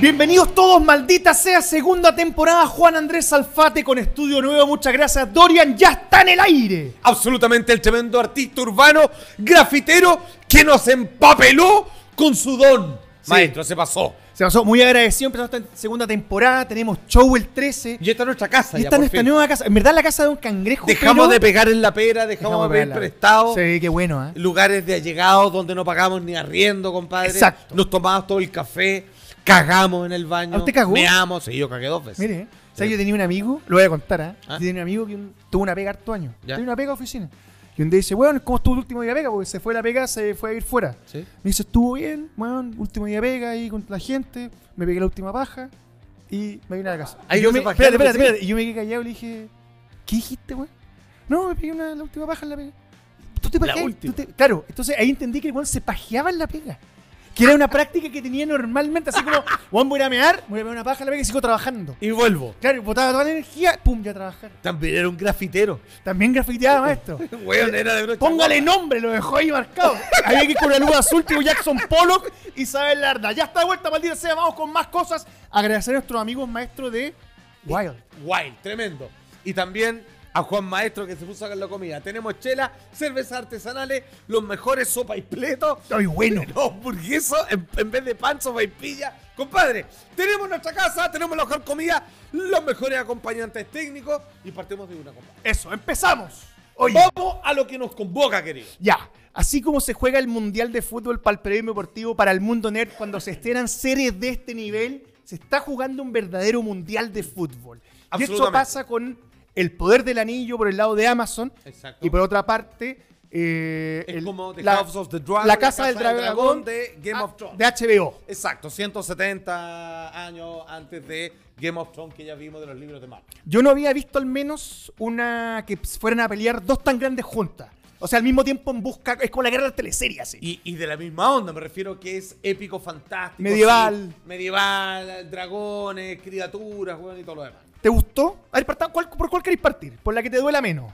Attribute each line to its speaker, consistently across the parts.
Speaker 1: Bienvenidos todos, maldita sea, segunda temporada Juan Andrés Alfate con Estudio Nuevo. Muchas gracias, Dorian. Ya está en el aire.
Speaker 2: absolutamente el tremendo artista urbano, grafitero, que nos empapeló con su don. Maestro, se pasó.
Speaker 1: Se pasó muy agradecido. Empezamos esta segunda temporada. Tenemos show el 13.
Speaker 2: Y esta es nuestra casa.
Speaker 1: Y está en esta nueva casa. En verdad, la casa de un cangrejo.
Speaker 2: Dejamos
Speaker 1: pero-
Speaker 2: de pegar en la pera, dejamos,
Speaker 1: Dejamos
Speaker 2: de pedir
Speaker 1: pegarla.
Speaker 2: prestado.
Speaker 1: Sí, qué bueno, ¿eh?
Speaker 2: Lugares de allegados donde no pagamos ni arriendo, compadre.
Speaker 1: Exacto.
Speaker 2: Nos tomamos todo el café, cagamos en el baño.
Speaker 1: ¿Ah, usted cagó?
Speaker 2: Meamos, sí, yo cagué dos veces.
Speaker 1: Mire, ¿eh?
Speaker 2: Sí.
Speaker 1: ¿sabes? Yo tenía un amigo, lo voy a contar, ¿ah?
Speaker 2: Ah.
Speaker 1: Yo tenía un amigo que un- tuvo una pega harto año.
Speaker 2: Ya.
Speaker 1: Tenía una pega de oficina. Y un día dice, weón, ¿cómo estuvo tu último día de pega? Porque se fue de la pega, se fue a vivir fuera.
Speaker 2: Sí.
Speaker 1: Me dice, estuvo bien, weón, último día de pega ahí con la gente, me pegué la última paja y me vine a la casa.
Speaker 2: Ahí
Speaker 1: Y yo
Speaker 2: no
Speaker 1: me,
Speaker 2: se pajearon,
Speaker 1: espérate, espérate,
Speaker 2: sí.
Speaker 1: espérate. Y yo me quedé callado y le dije, ¿qué dijiste, weón? No, me pegué una, la última paja en la pega. Tú te
Speaker 2: La
Speaker 1: pajeas,
Speaker 2: última.
Speaker 1: tú te- Claro, entonces ahí entendí que el weón se pajeaba en la pega. Que era una práctica que tenía normalmente, así como, weón, voy a ir a mear, voy a mear una paja en la pega y sigo trabajando.
Speaker 2: Y vuelvo.
Speaker 1: Claro, botaba toda la energía, pum, ya a trabajar.
Speaker 2: También era un grafitero.
Speaker 1: También grafiteaba maestro.
Speaker 2: Weón, era de brocha
Speaker 1: Póngale nombre, lo dejó ahí marcado. Había que ir con una luz azul tipo Jackson Pollock y Isabel Larda. Ya está de vuelta, maldita sea, vamos con más cosas. Agradecer a nuestros amigos maestros de Wild.
Speaker 2: Wild, tremendo. Y tamén a Juan Maestro que se puso acá en la comida. Tenemos chela, cervezas artesanales, los mejores sopa y pletos.
Speaker 1: Ay, bueno.
Speaker 2: Los hamburguesos en, en vez de pan, sopa y pilla. Compadre, tenemos nuestra casa, tenemos la mejor comida, los mejores acompañantes técnicos y partimos de una, compadre.
Speaker 1: Eso, empezamos. Oye,
Speaker 2: Vamos a lo que nos convoca, querido.
Speaker 1: ya. Así como se juega el Mundial de Fútbol para el periodismo deportivo, para el mundo nerd, cuando se estrenan series de este nivel, se está jugando un verdadero Mundial de Fútbol. Y esto
Speaker 2: Absolutamente.
Speaker 1: pasa con El Poder del Anillo por el lado de Amazon,
Speaker 2: Exacto.
Speaker 1: Y por otra parte, eh,
Speaker 2: Es
Speaker 1: el-
Speaker 2: como The
Speaker 1: la,
Speaker 2: House of the Dragon,
Speaker 1: la casa, del, dragón,
Speaker 2: de Game
Speaker 1: ah,
Speaker 2: of Thrones.
Speaker 1: de HBO.
Speaker 2: Exacto, 170 años antes de Game of Thrones que ya vimos de los libros de Marvel.
Speaker 1: Yo no había visto al menos una que ps- fueran a pelear dos tan grandes juntas. O sea, al mismo tiempo en busca. Es como la guerra de las teleseries, así.
Speaker 2: Y, y de la misma onda, me refiero que es épico, fantástico.
Speaker 1: Medieval.
Speaker 2: sí, medieval, dragones, criaturas, weón, y todo lo demás.
Speaker 1: ¿Te gustó? A ver, parta- ¿cuál- ¿por cuál queréis partir? Por la que te duela menos.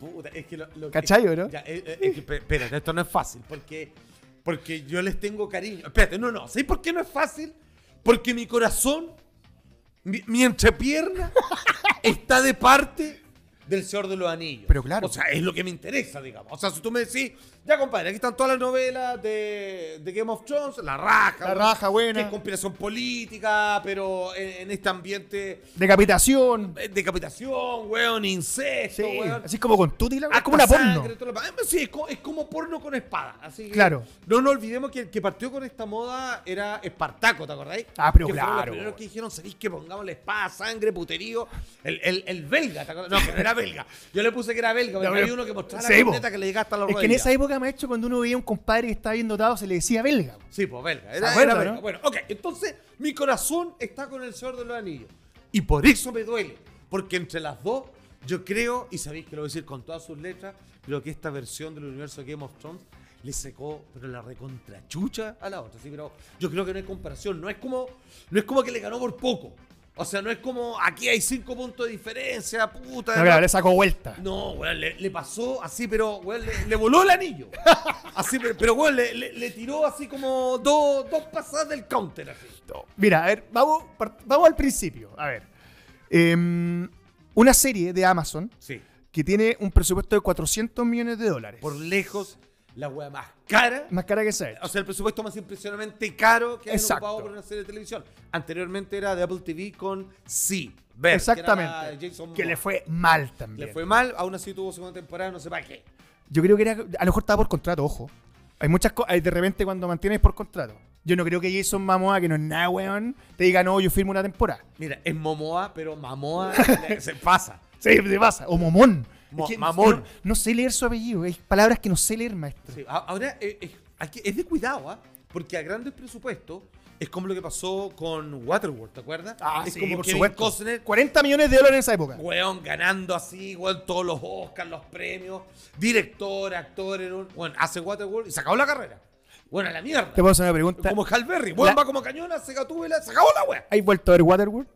Speaker 2: Puta, es que lo, lo-
Speaker 1: ¿Cachayo, no?
Speaker 2: Ya, eh, eh, es que, pe- espérate, esto no es fácil, porque, porque yo les tengo cariño. Espérate, no, no, ¿sabes por qué no es fácil? Porque mi corazón, mi, mi entrepierna, está de parte del Señor de los Anillos.
Speaker 1: Pero claro.
Speaker 2: O sea, es lo que me interesa, digamos. O sea, si tú me decís, ya compadre, aquí están todas las novelas de, de Game of Thrones, La Raja.
Speaker 1: La
Speaker 2: weón,
Speaker 1: Raja, buena.
Speaker 2: Que es conspiración política, pero en, en este ambiente...
Speaker 1: Decapitación.
Speaker 2: eh, Decapitación, weón, incesto,
Speaker 1: Sí.
Speaker 2: weón.
Speaker 1: Así como con Tuti. la-
Speaker 2: Ah,
Speaker 1: Es como una
Speaker 2: sangre,
Speaker 1: porno.
Speaker 2: todo lo demás. Eh, Sí, es co- es como, porno con espada. Así que
Speaker 1: Claro.
Speaker 2: No nos olvidemos que el que partió con esta moda era Espartaco, ¿te acordáis?
Speaker 1: Ah, pero
Speaker 2: que fueron
Speaker 1: claro,
Speaker 2: Los primeros
Speaker 1: güey.
Speaker 2: que dijeron, sabéis que pongamos la espada, sangre, puterío. El, el, el belga, ¿te acordás? No, que no era belga. Yo le puse que era belga, pero
Speaker 1: No,
Speaker 2: había
Speaker 1: pero-
Speaker 2: uno que mostraba
Speaker 1: sí,
Speaker 2: la
Speaker 1: po.
Speaker 2: corneta que le llegaba hasta la
Speaker 1: Es
Speaker 2: rodilla.
Speaker 1: que en esa época, maestro, cuando uno veía a un compadre que estaba bien dotado, se le decía belga.
Speaker 2: Sí, pues belga.
Speaker 1: ¿Se
Speaker 2: Era,
Speaker 1: acuerda,
Speaker 2: era belga.
Speaker 1: no?
Speaker 2: Bueno, ok. Entonces, mi corazón está con el Señor de los Anillos. Y por eso me duele. Porque entre las dos, yo creo, y sabéis que lo voy a decir con todas sus letras, creo que esta versión del universo de Game of Thrones le secó, pero la recontrachucha a la otra. Sí, pero yo creo que no hay comparación. No es como, no es como que le ganó por poco. O sea, no es como aquí hay cinco puntos de diferencia, puta.
Speaker 1: No, claro, le sacó vuelta.
Speaker 2: No, weón, le, le pasó así, pero weón, le, le voló el anillo. Así, pero, pero weón, le, le- le tiró así como dos, dos pasadas del counter. Así.
Speaker 1: Mira, a ver, vamos, part- vamos al principio. A ver. Em, una serie de Amazon
Speaker 2: Sí.
Speaker 1: que tiene un presupuesto de 400 millones de dólares.
Speaker 2: Por lejos, la weá más cara.
Speaker 1: Más cara que esa.
Speaker 2: O sea, el presupuesto más impresionante caro que han
Speaker 1: Exacto.
Speaker 2: ocupado por una serie de televisión. Anteriormente era de Apple TV con Sí. Ver, Que, era
Speaker 1: Exactamente.
Speaker 2: Jason
Speaker 1: Que, le
Speaker 2: Momoa.
Speaker 1: fue mal también.
Speaker 2: Le fue mal, aún así tuvo segunda temporada, no sé para qué.
Speaker 1: Yo creo que era, a lo mejor estaba por contrato, ojo. Hay muchas cosas, de repente cuando mantienes por contrato. Yo no creo que Jason Mamoa, que no es nada, weón, te diga, no, yo firmo una temporada.
Speaker 2: Mira, es Momoa, pero Mamoa le- se pasa.
Speaker 1: Sí, te pasa. O Momón.
Speaker 2: Mo-
Speaker 1: Es que
Speaker 2: Mamón.
Speaker 1: No, no sé leer su apellido. Hay palabras que no sé leer, maestro.
Speaker 2: Sí, a- ahora eh, eh, hay que- es de cuidado, ¿ah? Porque a grandes presupuestos es como lo que pasó con Waterworld, ¿te acuerdas?
Speaker 1: Ah,
Speaker 2: es como Ah, Kevin Costner,
Speaker 1: 40 millones de dólares en esa época.
Speaker 2: weón, ganando así, weón, todos los Oscars, los premios, director, actor, era un- weón, hace Waterworld y se acabó la carrera. Bueno, a la mierda.
Speaker 1: Te puedo hacer una pregunta.
Speaker 2: Como Halberry, weón,
Speaker 1: La-
Speaker 2: va como cañona, se gatúbela, se acabó la weá.
Speaker 1: ¿Has vuelto a ver Waterworld?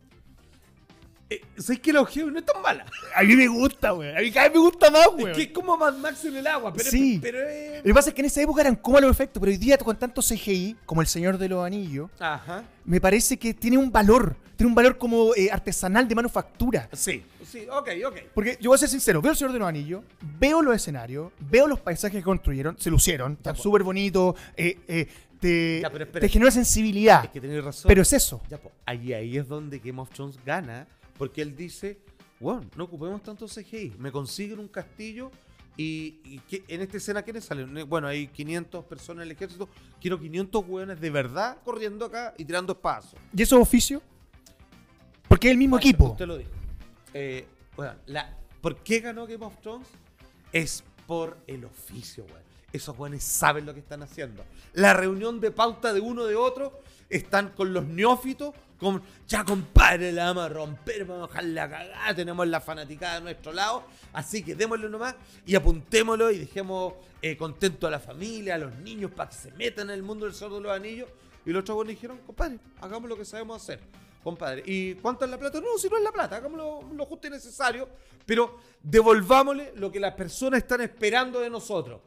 Speaker 2: eh, ¿sabes que la OGEO no es tan mala?
Speaker 1: A mí me gusta, güey. A mí cada vez me gusta más, güey.
Speaker 2: Es que es como Mad Max en el agua, pero,
Speaker 1: Sí.
Speaker 2: pero es...
Speaker 1: Lo que pasa es que en esa época eran como los efectos, pero hoy día con tanto CGI, como El Señor de los Anillos,
Speaker 2: Ajá.
Speaker 1: me parece que tiene un valor. Tiene un valor como eh, artesanal de manufactura.
Speaker 2: Sí. Sí, ok, ok.
Speaker 1: Porque yo voy a ser sincero, veo El Señor de los Anillos, veo los escenarios, veo los paisajes que construyeron, se lucieron, están
Speaker 2: po.
Speaker 1: súper bonitos, eh, eh, te,
Speaker 2: Ya, pero espera.
Speaker 1: te genera sensibilidad.
Speaker 2: Es que tenés razón.
Speaker 1: pero es eso.
Speaker 2: Ya, po, ahí, ahí es donde Game of Thrones gana, porque él dice, bueno, no ocupemos tanto CGI, me consiguen un castillo y, y que- en esta escena, ¿quiénes salen? Eh, Bueno, hay 500 personas en el ejército, quiero 500 hueones de verdad corriendo acá y tirando espacios.
Speaker 1: ¿Y eso es oficio? Porque es el mismo equipo.
Speaker 2: Usted lo dijo. Eh, weón, la, ¿Por qué ganó Game of Thrones? Es por el oficio, weón. Esos weones saben lo que están haciendo. La reunión de pauta de uno de otro están con los neófitos, con ya compadre, la vamos a romper, vamos a dejarla cagada, tenemos la fanaticada de nuestro lado, así que démosle nomás y apuntémoslo y dejemos eh, contento a la familia, a los niños, para que se metan en el mundo del sordo de los anillos. Y los chavos dijeron, compadre, hagamos lo que sabemos hacer. Compadre, ¿y cuánto es la plata? No, si no es la plata, hagámoslo lo justo y necesario, pero devolvámosle lo que las personas están esperando de nosotros.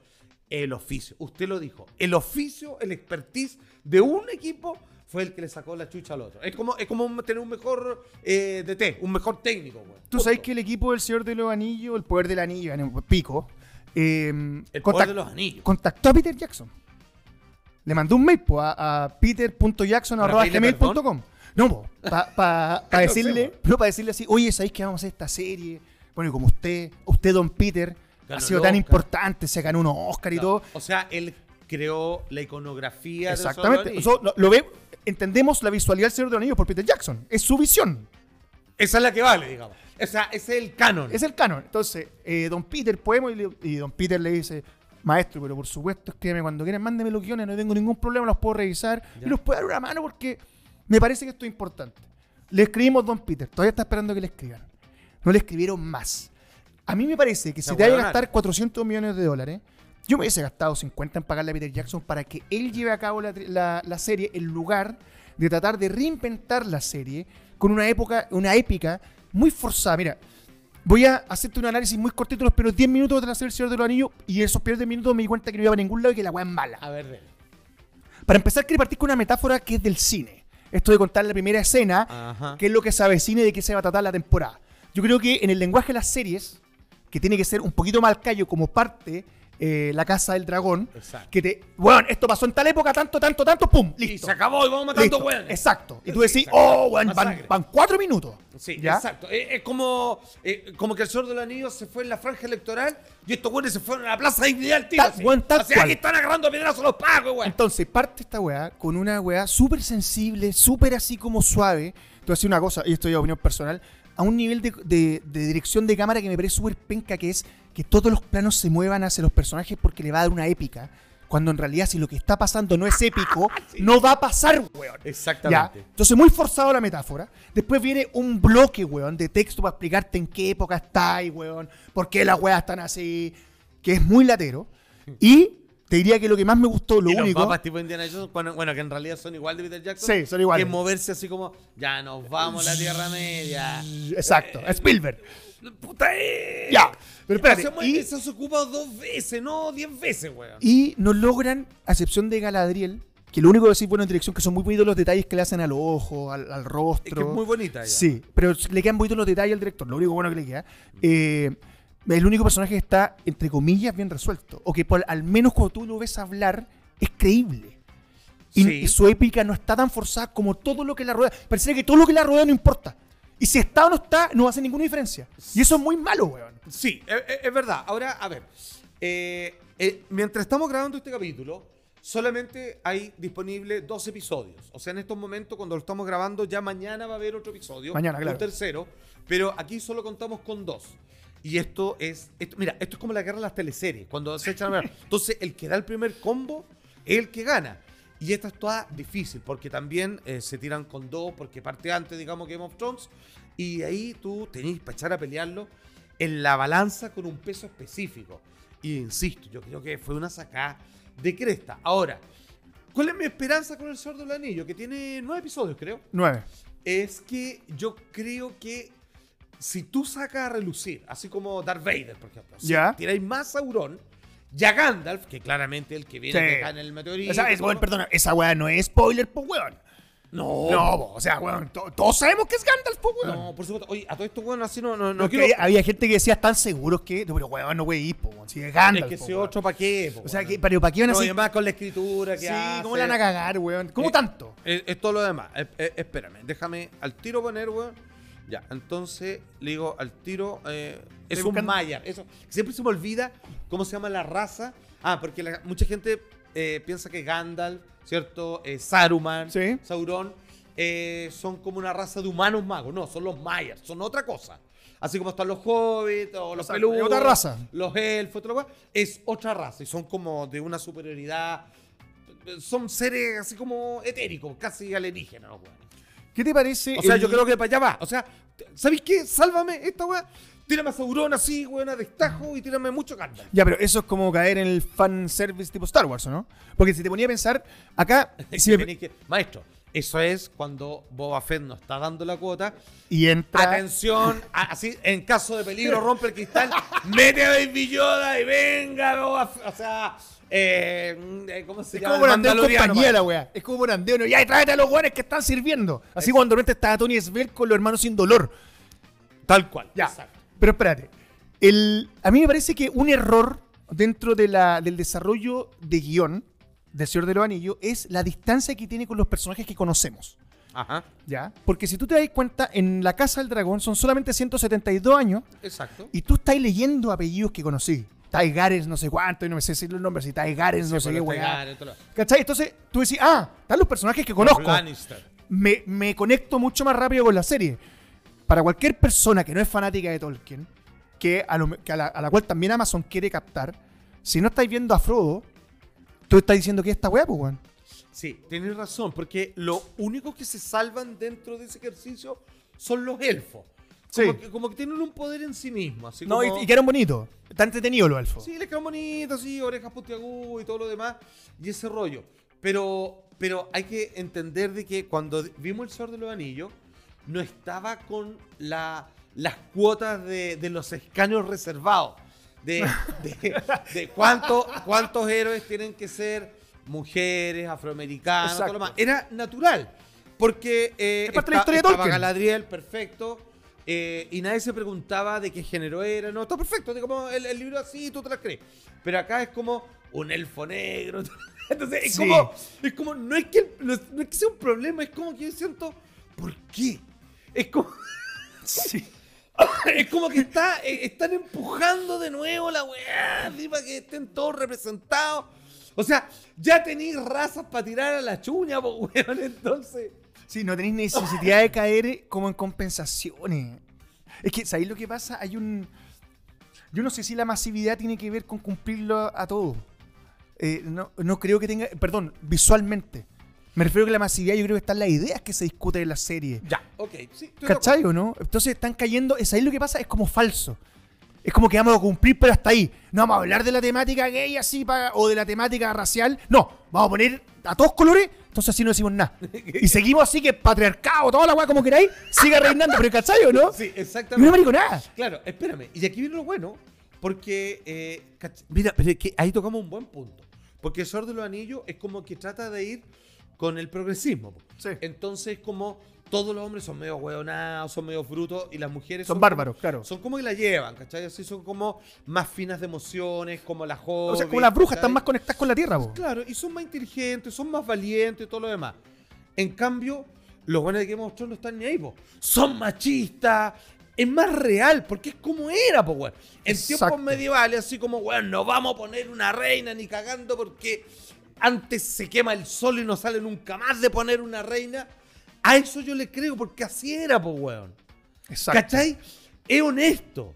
Speaker 2: El oficio, usted lo dijo, el oficio, el expertise de un equipo fue el que le sacó la chucha al otro. Es como, es como un- tener un mejor eh, DT, un mejor técnico. güey.
Speaker 1: Tú
Speaker 2: Punto.
Speaker 1: sabes que el equipo del Señor de los Anillos, el poder del anillo, en un pico, eh,
Speaker 2: El
Speaker 1: contact-
Speaker 2: poder de los anillos.
Speaker 1: contactó a Peter Jackson. Le mandó un mail po, a, a
Speaker 2: ¿Para pedirle
Speaker 1: peter.jackson.gmail.com. No, para
Speaker 2: Ah, no sé,
Speaker 1: decirle,
Speaker 2: po.
Speaker 1: no, pa decirle así, oye, ¿sabéis que vamos a hacer esta serie? Bueno, y como usted, usted, don Peter, ha
Speaker 2: Ganó
Speaker 1: sido
Speaker 2: el
Speaker 1: tan
Speaker 2: Oscar.
Speaker 1: importante, se ganó unos Oscar y todo.
Speaker 2: O sea, él creó la iconografía. del Señor de
Speaker 1: Exactamente.
Speaker 2: los
Speaker 1: Eso lo, lo ve, entendemos la visualidad del Señor de los Anillos por Peter Jackson. Es su visión.
Speaker 2: Esa es la que vale, digamos. Esa, ese es el canon.
Speaker 1: Es el canon. Entonces, eh, Don Peter, podemos. Y, le- y Don Peter le dice, maestro, pero por supuesto, escríbeme cuando quieran, mándeme los guiones, no tengo ningún problema, los puedo revisar
Speaker 2: Ya.
Speaker 1: y los puedo dar una mano porque me parece que esto es importante. Le escribimos Don Peter, todavía está esperando que le escriban. No le escribieron más. A mí me parece que
Speaker 2: La
Speaker 1: si te vaya a
Speaker 2: huevonada.
Speaker 1: gastar 400 millones de dólares, yo me hubiese gastado 50 en pagarle a Peter Jackson para que él lleve a cabo la, tri- la- la serie en lugar de tratar de reinventar la serie con una época, una épica muy forzada. Mira, voy a hacerte un análisis muy cortito de los primeros 10 minutos de la serie El Señor de los Anillos y esos primeros 10 minutos me di cuenta que no iba a ningún lado y que la weá es mala.
Speaker 2: A ver, dele.
Speaker 1: Para empezar, quiero partir con una metáfora que es del cine. Esto de contar la primera escena,
Speaker 2: Ajá.
Speaker 1: qué es lo que se avecina y de qué se va a tratar la temporada. Yo creo que en el lenguaje de las series, que tiene que ser un poquito más callo como parte eh, la Casa del Dragón,
Speaker 2: Exacto.
Speaker 1: que te, bueno, esto pasó en tal época, tanto, tanto, tanto, pum,
Speaker 2: Y
Speaker 1: listo.
Speaker 2: se acabó y vamos matando
Speaker 1: Listo.
Speaker 2: hueones.
Speaker 1: Exacto. Y tú
Speaker 2: Sí,
Speaker 1: decís,
Speaker 2: exacto.
Speaker 1: oh, weón, van,
Speaker 2: Masacre.
Speaker 1: van cuatro minutos.
Speaker 2: Sí,
Speaker 1: ¿Ya?
Speaker 2: exacto. Es, es como, eh, como que el sordo del anillo se fue en la franja electoral y estos güeyes se fueron a la plaza de dignidad al tiro.
Speaker 1: Tal-
Speaker 2: así.
Speaker 1: weón, tal
Speaker 2: o sea,
Speaker 1: cual.
Speaker 2: que están agarrando a pedrazos los pagos, güey.
Speaker 1: Entonces, parte esta weá con una weá súper sensible, súper así como suave. Te voy a decir una cosa, y esto ya es opinión personal, a un nivel de, de- de dirección de cámara que me parece súper penca, que es que todos los planos se muevan hacia los personajes porque le va a dar una épica. Cuando en realidad, si lo que está pasando no es épico, no va a pasar, weón.
Speaker 2: Exactamente.
Speaker 1: Ya, Entonces, muy forzado la metáfora. Después viene un bloque, weón, de texto para explicarte en qué época estáis, weón, por qué las weas están así, que es muy latero. Y te diría que lo que más me gustó, lo
Speaker 2: y
Speaker 1: único.
Speaker 2: los mapas tipo Indiana Jones, cuando- bueno, que en realidad son igual de Peter Jackson.
Speaker 1: Sí, son iguales.
Speaker 2: Que moverse así como, ya nos vamos a la Tierra Media.
Speaker 1: Exacto, Spielberg.
Speaker 2: Puta, eh.
Speaker 1: Ya, pero espérate,
Speaker 2: Hacemos-
Speaker 1: y-
Speaker 2: Eso se ocupa dos veces, no diez veces, weón.
Speaker 1: Y no logran, a excepción de Galadriel, que lo único que decís, bueno, en dirección, que son muy bonitos los detalles que le hacen al ojo, al, al rostro.
Speaker 2: Es que es muy bonita ella.
Speaker 1: Sí, pero le quedan bonitos los detalles al director, lo único bueno que le queda. Eh, el único personaje que está, entre comillas, bien resuelto. O que por- al menos cuando tú lo ves hablar, es creíble. Y,
Speaker 2: Sí.
Speaker 1: y su épica no está tan forzada como todo lo que la rodea. Pareciera que todo lo que la rodea no importa. Y si está o no está, no hace ninguna diferencia. Y eso es muy malo, weón.
Speaker 2: Sí, e- e- es, verdad. Ahora, a ver. eh, eh, mientras estamos grabando este capítulo, solamente hay disponible dos episodios. O sea, en estos momentos, cuando lo estamos grabando, ya mañana va a haber otro episodio.
Speaker 1: Mañana, claro.
Speaker 2: Un tercero. Pero aquí solo contamos con dos. Y esto es. esto- mira, esto es como la guerra de las teleseries. Cuando se echan a ver. Entonces, el que da el primer combo es el que gana. Y esta es toda difícil, porque también eh, se tiran con dos, porque parte antes, digamos, Game of Thrones. Y ahí tú tenés para echar a pelearlo en la balanza con un peso específico. Y insisto, yo creo que fue una sacada de cresta. Ahora, ¿cuál es mi esperanza con El Señor del Anillo? Que tiene nueve episodios, creo
Speaker 1: Nueve.
Speaker 2: es que yo creo que si tú sacas a relucir, así como Darth Vader, por ejemplo, si
Speaker 1: Ya.
Speaker 2: tiráis más Sauron, ya Gandalf, que claramente el que viene
Speaker 1: Sí.
Speaker 2: que gana el meteorito.
Speaker 1: O sea, es-
Speaker 2: ¿no?
Speaker 1: bueno, perdona, esa weá no es spoiler, pues weón.
Speaker 2: No,
Speaker 1: No, po, o sea, weón, to- todos sabemos que es Gandalf, pues weón.
Speaker 2: no, por supuesto. Oye, a todo esto, bueno, así no, no, no
Speaker 1: Porque
Speaker 2: quiero.
Speaker 1: había, había gente que decía, ¿están seguros que? No, pero weón, no wey, po, weón. Si es Gandalf.
Speaker 2: es que
Speaker 1: po,
Speaker 2: ese
Speaker 1: weón.
Speaker 2: otro pa' qué. po,
Speaker 1: O sea,
Speaker 2: weón.
Speaker 1: que, pero ¿para qué van a
Speaker 2: No, y
Speaker 1: hacer-
Speaker 2: además con la escritura que
Speaker 1: Sí,
Speaker 2: hace.
Speaker 1: ¿cómo la van a cagar, weón? ¿Cómo
Speaker 2: Eh,
Speaker 1: tanto?
Speaker 2: Es, es todo lo demás. Es- es- espérame, déjame al tiro poner, weón. Ya, entonces le digo al tiro. eh, es
Speaker 1: Estoy
Speaker 2: un
Speaker 1: buscando-
Speaker 2: Maya. Eso. Siempre se me olvida cómo se llama la raza. Ah, porque la- mucha gente eh, piensa que Gandalf, ¿cierto? Eh, Saruman,
Speaker 1: Sí.
Speaker 2: Sauron, eh, son como una raza de humanos magos. No, son los mayas, son otra cosa. Así como están los hobbits o los
Speaker 1: Exacto,
Speaker 2: peludos.
Speaker 1: es otra raza.
Speaker 2: Los elfos, otra cosa. Es otra raza y son como de una superioridad son seres así como etéricos, casi alienígenas, los weones.
Speaker 1: ¿Qué te parece?
Speaker 2: O sea,
Speaker 1: el-
Speaker 2: yo creo que para allá va. O sea, t- ¿sabéis qué? Sálvame esta weá. Tírame a Sauron así, weón, a destajo y tírame mucho Gandalf.
Speaker 1: Ya, pero eso es como caer en el fan service tipo Star Wars, ¿o ¿no? Porque si te ponía a pensar, acá...
Speaker 2: Es
Speaker 1: si
Speaker 2: que
Speaker 1: me-
Speaker 2: tenéis que- Maestro, eso es cuando Boba Fett no está dando la cuota.
Speaker 1: Y entra...
Speaker 2: Atención, a- así, en caso de peligro, rompe el cristal, mete a Baby Yoda y venga, Boba Fett. O sea, eh, eh, ¿cómo se
Speaker 1: Es
Speaker 2: llama?
Speaker 1: como Borandeo
Speaker 2: El
Speaker 1: en
Speaker 2: Mandaloriano,
Speaker 1: compañía,
Speaker 2: maestro.
Speaker 1: la weá. Es como Borandeo, no, ya, y tráete a los weones que están sirviendo. Así cuando de repente estaba Tony Svel con los hermanos sin dolor.
Speaker 2: Tal cual.
Speaker 1: Ya.
Speaker 2: exacto.
Speaker 1: Pero espérate. El, a mí me parece que un error dentro de la, del desarrollo de guión del Señor de los Anillos es la distancia que tiene con los personajes que conocemos.
Speaker 2: Ajá,
Speaker 1: ¿Ya? Porque si tú te das cuenta, en La Casa del Dragón son solamente 172 años
Speaker 2: exacto.
Speaker 1: y tú estás leyendo apellidos que conocí. Taigares, no sé cuánto, y no me sé decir los nombres, si Taigares, no
Speaker 2: Sí, pues,
Speaker 1: sé qué
Speaker 2: con los
Speaker 1: weá.
Speaker 2: Targaryen, todo lo-
Speaker 1: ¿Cachai? Entonces tú decís, ah, están los personajes que conozco.
Speaker 2: Lannister.
Speaker 1: me, me conecto mucho más rápido con la serie. Para cualquier persona que no es fanática de Tolkien, que a, lo- que a la, a la cual también Amazon quiere captar, si no estáis viendo a Frodo, tú estás diciendo que es esta weá, pues, weón.
Speaker 2: Sí, tienes razón, porque lo único que se salvan dentro de ese ejercicio son los elfos. Como,
Speaker 1: Sí.
Speaker 2: que, como que tienen un poder en sí mismo. Así
Speaker 1: No, y,
Speaker 2: como-
Speaker 1: y quedaron bonitos. Está entretenido los elfos.
Speaker 2: Sí, les quedan bonitos, sí, orejas puntiagudas y todo lo demás. Y ese rollo. Pero, pero hay que entender de que cuando vimos El Señor de los Anillos, no estaba con la- las cuotas de, de los escaños reservados. De, de, de cuánto- cuántos héroes tienen que ser mujeres, afroamericanos, todo lo demás.
Speaker 1: Exacto.
Speaker 2: Era natural. Porque eh,
Speaker 1: Es parte de la historia de
Speaker 2: estaba
Speaker 1: Tolkien.
Speaker 2: Galadriel, perfecto. eh, y nadie se preguntaba de qué género era. No, está perfecto. es como el, el libro así, tú te las crees. Pero acá es como un elfo negro. Entonces, es
Speaker 1: Sí.
Speaker 2: como. Es como. No es, que, no es- no es que sea un problema, es como que yo siento. ¿Por qué? Es como. Es como que está, eh, están empujando de nuevo la weá, así, para que estén todos representados. O sea, ya tenéis razas para tirar a la chuña, po, weón, entonces.
Speaker 1: Sí, no tenéis necesidad de caer como en compensaciones. Es que, ¿sabéis lo que pasa? Hay un. Yo no sé si la masividad tiene que ver con cumplirlo a todo. Eh, no, no creo que tenga. Perdón, visualmente. Me refiero que la masividad, yo creo que están las ideas que se discuten en la serie.
Speaker 2: Ya, ok, sí. estoy de
Speaker 1: ¿Cachai o no? Entonces están cayendo. es ahí lo que pasa es como falso. Es como que vamos a cumplir, pero hasta ahí. No vamos a hablar de la temática gay así para, o de la temática racial. No, vamos a poner a todos colores, entonces así no decimos nada. Y seguimos así que patriarcado, toda la weá como queráis, sigue reinando, pero ¿cachai o no?
Speaker 2: acuerdo. Sí,
Speaker 1: No
Speaker 2: exactamente.
Speaker 1: marico nada.
Speaker 2: Claro, espérame. Y aquí viene lo bueno, porque. eh, cach- Mira, pero es que ahí tocamos un buen punto. Porque el Señor de los Anillos es como que trata de ir con el progresismo. po.
Speaker 1: Sí.
Speaker 2: Entonces, como todos los hombres son medio hueonados, son medio brutos, y las mujeres
Speaker 1: Son
Speaker 2: como-
Speaker 1: bárbaros, claro.
Speaker 2: Son como que la llevan, ¿cachai? Así son como más finas de emociones, como las jóvenes.
Speaker 1: O sea, como las brujas están
Speaker 2: ¿cachai?
Speaker 1: más conectadas con la tierra, po.
Speaker 2: Claro, y son más inteligentes, son más valientes y todo lo demás. En cambio, los buenos de Game of Thrones no están ni ahí, po. Son machistas. Es más real, porque es como era, po, weón. En
Speaker 1: Exacto.
Speaker 2: tiempos medievales, así como, weón, no vamos a poner una reina ni cagando porque antes se quema el sol y no sale nunca más de poner una reina. A eso yo le creo, porque así era, po, weón.
Speaker 1: Exacto.
Speaker 2: ¿Cachai? Es honesto.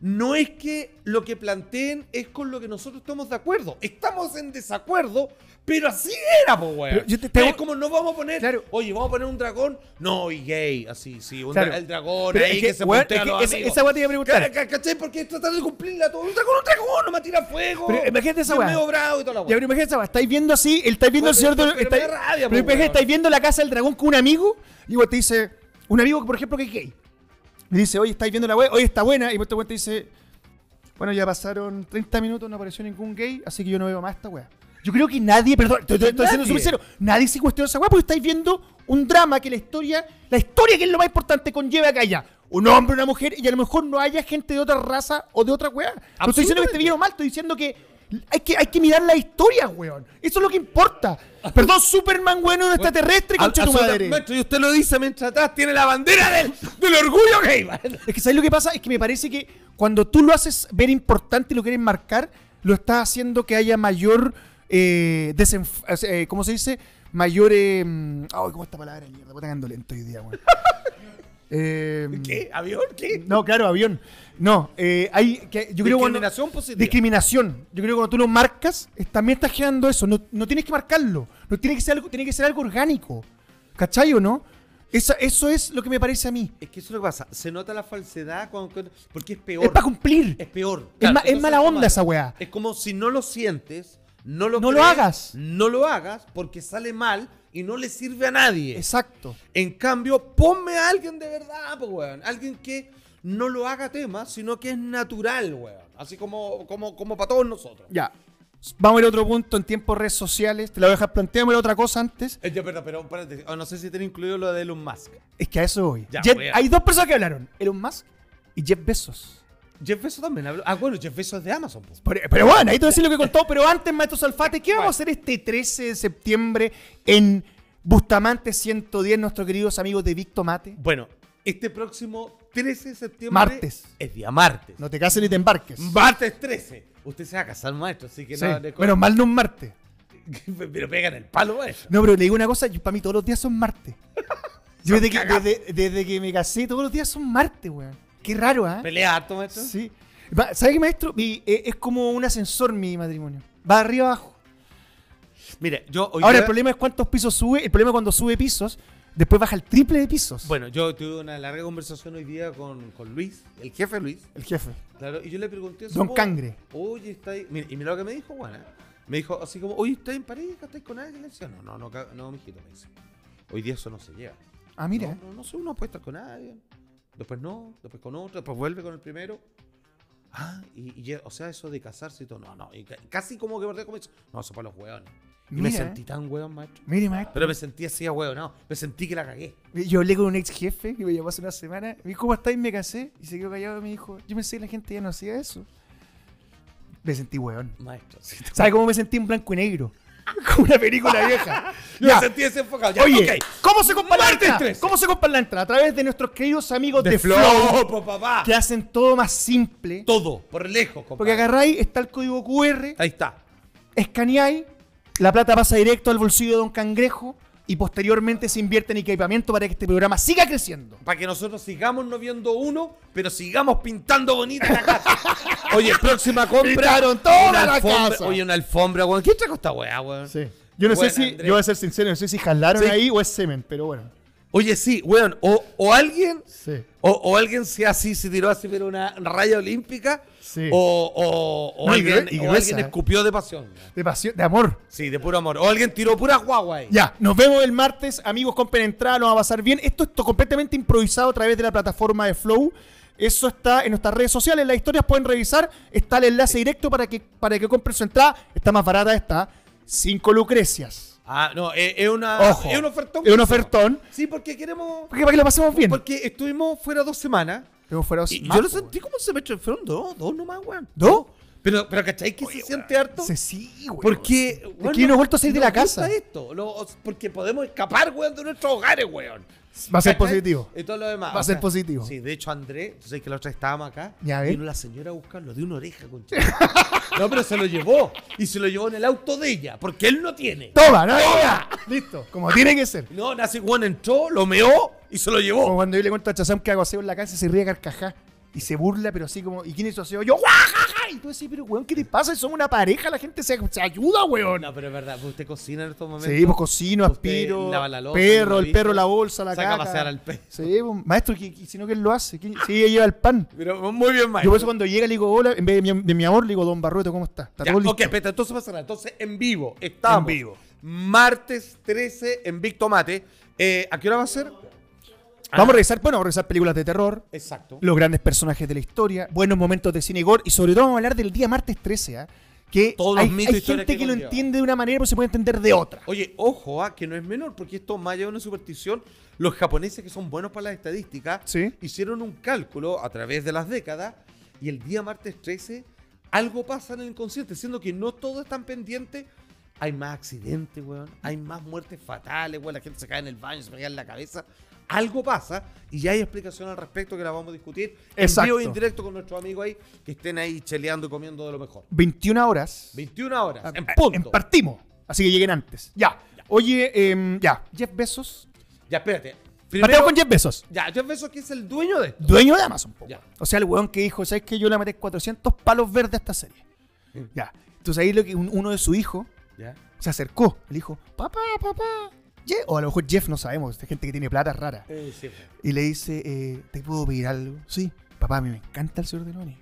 Speaker 2: No es que lo que planteen es con lo que nosotros estamos de acuerdo. Estamos en desacuerdo, pero así era, po, weón.
Speaker 1: Pero yo te-
Speaker 2: Pero
Speaker 1: te-
Speaker 2: es como no vamos a poner,
Speaker 1: Claro.
Speaker 2: oye, vamos a poner un dragón. No, y gay, así, sí, un
Speaker 1: Claro.
Speaker 2: dra- el dragón
Speaker 1: Pero
Speaker 2: ahí
Speaker 1: es
Speaker 2: que,
Speaker 1: que,
Speaker 2: se
Speaker 1: weón,
Speaker 2: puntea
Speaker 1: es
Speaker 2: a
Speaker 1: que
Speaker 2: los
Speaker 1: esa-
Speaker 2: amigos.
Speaker 1: esa weá te iba a preguntar.
Speaker 2: Ca- ca- ¿Cachai? Porque es tratar de cumplirla todo. Un dragón, un dragón, no me tira fuego.
Speaker 1: Pero imagínate esa
Speaker 2: Yo
Speaker 1: weá.
Speaker 2: medio bravo y toda la
Speaker 1: Ya,
Speaker 2: weá.
Speaker 1: pero imagínate, esa weá, estáis viendo así, el- estáis viendo el
Speaker 2: Bueno,
Speaker 1: señor del-
Speaker 2: pero- pero me da
Speaker 1: estáis-
Speaker 2: rabia, po,
Speaker 1: pero imagínate,
Speaker 2: weón.
Speaker 1: estáis viendo la casa del dragón con un amigo y vos te dice, un amigo, por ejemplo, que es gay. Me dice, oye, estáis viendo la web, oye, está buena. Y me cuenta dice, bueno, ya pasaron 30 minutos, no apareció ningún gay, así que yo no veo más esta weá. Yo creo que nadie, perdón, estoy, estoy- estoy siendo
Speaker 2: Nadie.
Speaker 1: súper sincero, nadie se cuestiona esa weá porque estáis viendo un drama que la historia, la historia que es lo más importante conlleva que haya un hombre, una mujer y a lo mejor no haya gente de otra raza o de otra weá. No estoy diciendo que esté bien o mal, estoy diciendo que hay que, hay que mirar la historia, weón. Eso es lo que importa. Perdón, Superman, weón, es un extraterrestre,
Speaker 2: Ah, Al-
Speaker 1: concha tu madre.
Speaker 2: absolutamente, Y usted lo dice mientras atrás tiene la bandera del, del orgullo gay. man.
Speaker 1: Es que ¿sabes lo que pasa? Es que me parece que cuando tú lo haces ver importante y lo quieres marcar, lo estás haciendo que haya mayor eh, desenf- o sea, eh, ¿cómo se dice? Mayor eh, mm, ay, ¿cómo esta palabra de mierda? Puta que ando lento hoy día, weón. Em,
Speaker 2: ¿Qué? ¿Avión? ¿Qué?
Speaker 1: No, claro, avión. No, eh, hay que yo creo cuando-
Speaker 2: Discriminación positiva.
Speaker 1: discriminación. Yo creo que cuando tú lo marcas, es- también estás generando eso. No, no tienes que marcarlo. No tiene que ser algo, tiene que ser algo orgánico. ¿Cachai o no? Esa- eso es lo que me parece a mí.
Speaker 2: Es que eso es lo que pasa. Se nota la falsedad cuando- cuando- porque es peor.
Speaker 1: Es para cumplir.
Speaker 2: Es peor.
Speaker 1: Es ma- es
Speaker 2: entonces
Speaker 1: mala
Speaker 2: como
Speaker 1: onda esa weá.
Speaker 2: Es como si no lo sientes, no lo
Speaker 1: No lo
Speaker 2: crees,
Speaker 1: hagas.
Speaker 2: No lo hagas porque sale mal y no le sirve a nadie.
Speaker 1: Exacto.
Speaker 2: En cambio, ponme a alguien de verdad, po, weón. Alguien que no lo haga tema, sino que es natural, weón. Así como, como, como para todos nosotros.
Speaker 1: Ya. Vamos a ir a otro punto en tiempos redes sociales. Te la voy a dejar plantearme otra cosa antes.
Speaker 2: Eh, ya, perdón, pero espérate. Oh, No sé si tiene incluido lo de Elon Musk.
Speaker 1: Es que a eso voy.
Speaker 2: Ya,
Speaker 1: Jeff-
Speaker 2: voy a-
Speaker 1: hay dos personas que hablaron: Elon Musk y Jeff Bezos.
Speaker 2: Jeff Bezos también habló. Ah, bueno, Jeff Bezos es de Amazon. pues. po.
Speaker 1: Pero, pero bueno, ahí te voy a decir lo que contó. Pero antes, maestro Salfate, ¿qué vamos a hacer este 13 de septiembre en Bustamante 110, nuestros queridos amigos de Victo Mate?
Speaker 2: Bueno, este próximo 13 de septiembre.
Speaker 1: Martes.
Speaker 2: Es día martes.
Speaker 1: No te cases ni te embarques.
Speaker 2: Martes 13. Usted se va a casar, maestro, así que
Speaker 1: Sí.
Speaker 2: no. le-
Speaker 1: Menos mal no un martes.
Speaker 2: pero pegan el palo, maestro.
Speaker 1: No, pero le digo una cosa: yo- para mí todos los días son martes. Yo desde que, desde- desde que me casé, todos los días son martes, weón. Qué raro, ¿ah?
Speaker 2: Pelea harto, maestro.
Speaker 1: Sí. Va- ¿Sabe qué, maestro? Mi- eh, es como un ascensor mi matrimonio. Va arriba abajo.
Speaker 2: Mire, yo hoy.
Speaker 1: Ahora, el
Speaker 2: día-
Speaker 1: problema es cuántos pisos sube. El problema es cuando sube pisos, después baja el triple de pisos.
Speaker 2: Bueno, yo tuve una larga conversación hoy día con, con Luis, el jefe Luis.
Speaker 1: El jefe.
Speaker 2: Claro, y yo le pregunté así
Speaker 1: Don
Speaker 2: como,
Speaker 1: Cangre.
Speaker 2: Oye, está ahí. Mira, y mira lo que me dijo, Juana. Me dijo así como, oye, ¿estás en pareja? ¿Estás con alguien? Le decía, no, no, no, ca- no, mijito, me dice. Hoy día eso no se lleva.
Speaker 1: Ah, mira.
Speaker 2: No, no, no sé, uno puede estar con alguien. Después no, después con otro, después vuelve con el primero. Ah, y, y ya- o sea, eso de casarse y todo. No, no. y ca- casi como que verdad como dice, no, eso para los hueones. Y me
Speaker 1: Mira.
Speaker 2: sentí tan hueón, maestro.
Speaker 1: Mire, maestro.
Speaker 2: Pero me sentí así a hueón, no. Me sentí que la cagué.
Speaker 1: Yo hablé con un ex jefe que me llamó hace una semana. Me dijo, ¿cómo estáis? Me casé. Y se quedó callado y me dijo, yo pensé que la gente ya no hacía eso. Me sentí weón.
Speaker 2: Maestro. sí,
Speaker 1: ¿Sabe cómo me sentí en blanco y negro? Como una película vieja.
Speaker 2: Yo
Speaker 1: Ya.
Speaker 2: me sentí desenfocado. Ya,
Speaker 1: Oye,
Speaker 2: ok.
Speaker 1: ¿cómo se compra la
Speaker 2: Martes
Speaker 1: entrada?
Speaker 2: 13.
Speaker 1: ¿Cómo se compra la entrada? A través de nuestros queridos amigos de,
Speaker 2: De
Speaker 1: Flow.
Speaker 2: flow, po, papá.
Speaker 1: que hacen todo más simple.
Speaker 2: Todo, por lejos, compadre.
Speaker 1: Porque agarráis, está el código QR,
Speaker 2: Ahí está.
Speaker 1: escaneáis, la plata pasa directo al bolsillo de Don Cangrejo y posteriormente se invierte en equipamiento para que este programa siga creciendo.
Speaker 2: Para que nosotros sigamos no viendo uno, pero sigamos pintando bonita la casa. Oye, próxima compra.
Speaker 1: Pintaron toda
Speaker 2: una
Speaker 1: la
Speaker 2: alfombra-
Speaker 1: casa.
Speaker 2: Oye, una alfombra, weón. ¿Quién trajo esta weá, weón?
Speaker 1: Yo no sé
Speaker 2: Bueno,
Speaker 1: si,
Speaker 2: Andrés.
Speaker 1: yo voy a ser sincero, no sé si jalaron
Speaker 2: Sí.
Speaker 1: ahí o es semen, pero bueno.
Speaker 2: Oye, sí, weón. O, o alguien.
Speaker 1: Sí.
Speaker 2: O, o alguien sea así, se tiró así, pero una raya olímpica.
Speaker 1: Sí.
Speaker 2: O, o, o
Speaker 1: No, y
Speaker 2: alguien,
Speaker 1: grue- y
Speaker 2: o
Speaker 1: gruesa,
Speaker 2: alguien
Speaker 1: eh.
Speaker 2: escupió de pasión. weón.
Speaker 1: De pasión, de amor.
Speaker 2: Sí, de puro amor. O alguien tiró pura guagua ahí.
Speaker 1: Ya, nos vemos el martes, amigos, compren entrada, nos va a pasar bien. Esto es to- completamente improvisado a través de la plataforma de Flow. Eso está en nuestras redes sociales, las historias pueden revisar. Está el enlace directo para que, para que compren su entrada. Está más barata esta. Cinco lucrecias.
Speaker 2: Ah, no, es, es una.
Speaker 1: Ojo.
Speaker 2: Es un ofertón.
Speaker 1: Es un ofertón.
Speaker 2: Sí, porque queremos.
Speaker 1: Porque para que lo pasemos bien.
Speaker 2: Porque estuvimos fuera dos semanas.
Speaker 1: Pero fuera
Speaker 2: Y
Speaker 1: Pues más,
Speaker 2: yo lo
Speaker 1: po,
Speaker 2: sentí como un semestre, fueron dos, dos nomás, weón.
Speaker 1: ¿No?
Speaker 2: Pero, pero ¿cachai que se siente harto?
Speaker 1: weón. Se- sí, güey.
Speaker 2: Porque,
Speaker 1: Es que yo no he vuelto a salir de
Speaker 2: nos
Speaker 1: la casa.
Speaker 2: gusta esto, lo- porque podemos escapar, weón, de nuestros hogares, weón.
Speaker 1: Va a ser
Speaker 2: ¿Cachai?
Speaker 1: positivo.
Speaker 2: Y todo lo demás.
Speaker 1: Va a ser positivo.
Speaker 2: Sí, de hecho, Andrés, tú sabes que la otra vez estábamos acá.
Speaker 1: Ya, a ver.
Speaker 2: Vino la señora a buscarlo de una oreja, concha. no, pero se lo llevó. Y se lo llevó en el auto de ella, porque él no tiene.
Speaker 1: Toma, no, ya. Listo. Como tiene que ser.
Speaker 2: No, Nazi Juan entró, lo meó y se lo
Speaker 1: Como
Speaker 2: llevó.
Speaker 1: cuando yo le cuento a Chazam que hago aseo en la casa y se ríe a carcajá. Y se burla, pero así como, ¿y quién hizo aseo? Yo, ¡guajaja! Y tú decís, pero weón, ¿qué te pasa? Somos una pareja, la gente se, se ayuda, weón.
Speaker 2: No, pero es verdad, pues, usted cocina en estos momentos.
Speaker 1: Sí, pues cocino,
Speaker 2: Usted
Speaker 1: aspiro,
Speaker 2: lava la loza,
Speaker 1: perro,
Speaker 2: lava
Speaker 1: el perro
Speaker 2: bicho,
Speaker 1: la bolsa, la
Speaker 2: saca a
Speaker 1: caca.
Speaker 2: pasear al perro.
Speaker 1: Sí, pues, maestro, ¿y- y si no, ¿quién lo hace? ¿Quién- Sí, ella lleva el pan.
Speaker 2: Pero muy bien, Mike.
Speaker 1: Yo por eso cuando llega le digo hola, en vez de mi, de mi amor le digo Don Barrueto, ¿cómo está? ¿Está
Speaker 2: Ya,
Speaker 1: todo listo?
Speaker 2: ok, espérate, entonces pasa nada. Entonces, en vivo, estamos.
Speaker 1: En vivo.
Speaker 2: Martes 13 en Big Tomate. Eh, ¿A qué hora va a ser?
Speaker 1: Vamos a revisar, bueno, vamos a revisar películas de terror,
Speaker 2: Exacto.
Speaker 1: los grandes personajes de la historia, buenos momentos de cine y gore, y sobre todo vamos a hablar del día martes 13, ¿ah? que
Speaker 2: Todos los
Speaker 1: hay, hay
Speaker 2: mitos e historias
Speaker 1: gente
Speaker 2: que
Speaker 1: que, lo
Speaker 2: conlleva.
Speaker 1: entiende de una manera, pero se puede entender de otra.
Speaker 2: Oye, ojo, ah, que no es menor, porque esto más allá de una superstición, los japoneses que son buenos para las estadísticas,
Speaker 1: Sí.
Speaker 2: hicieron un cálculo a través de las décadas y el día martes 13 algo pasa en el inconsciente, siendo que no todos están pendientes. Hay más accidentes, weón. Hay más muertes fatales, weón. La gente se cae en el baño, se pega en la cabeza. Algo pasa y ya hay explicación al respecto que la vamos a discutir en
Speaker 1: Exacto.
Speaker 2: vivo y en directo con nuestros amigos ahí que estén ahí cheleando y comiendo de lo mejor.
Speaker 1: 21 horas.
Speaker 2: 21 horas, en
Speaker 1: Ah,
Speaker 2: punto.
Speaker 1: partimos. Así que lleguen antes. Ya. Oye, em, ya. Jeff Bezos.
Speaker 2: ya, espérate.
Speaker 1: Partamos
Speaker 2: Primero,
Speaker 1: con Jeff Bezos.
Speaker 2: Ya, Jeff Bezos que es el dueño de esto.
Speaker 1: Dueño de Amazon. po.
Speaker 2: Ya.
Speaker 1: O sea, el weón que dijo, ¿sabes qué? Yo le metí 400 palos verdes a esta serie. Ya. Entonces ahí lo que un- uno de su hijo
Speaker 2: Ya.
Speaker 1: se acercó. Le dijo, papá, papá. Jeff. O a lo mejor Jeff, no sabemos. Es gente que tiene plata rara. Y le dice, eh, ¿te puedo pedir algo? Sí. Papá, a mí me encanta el Señor de los Anillos.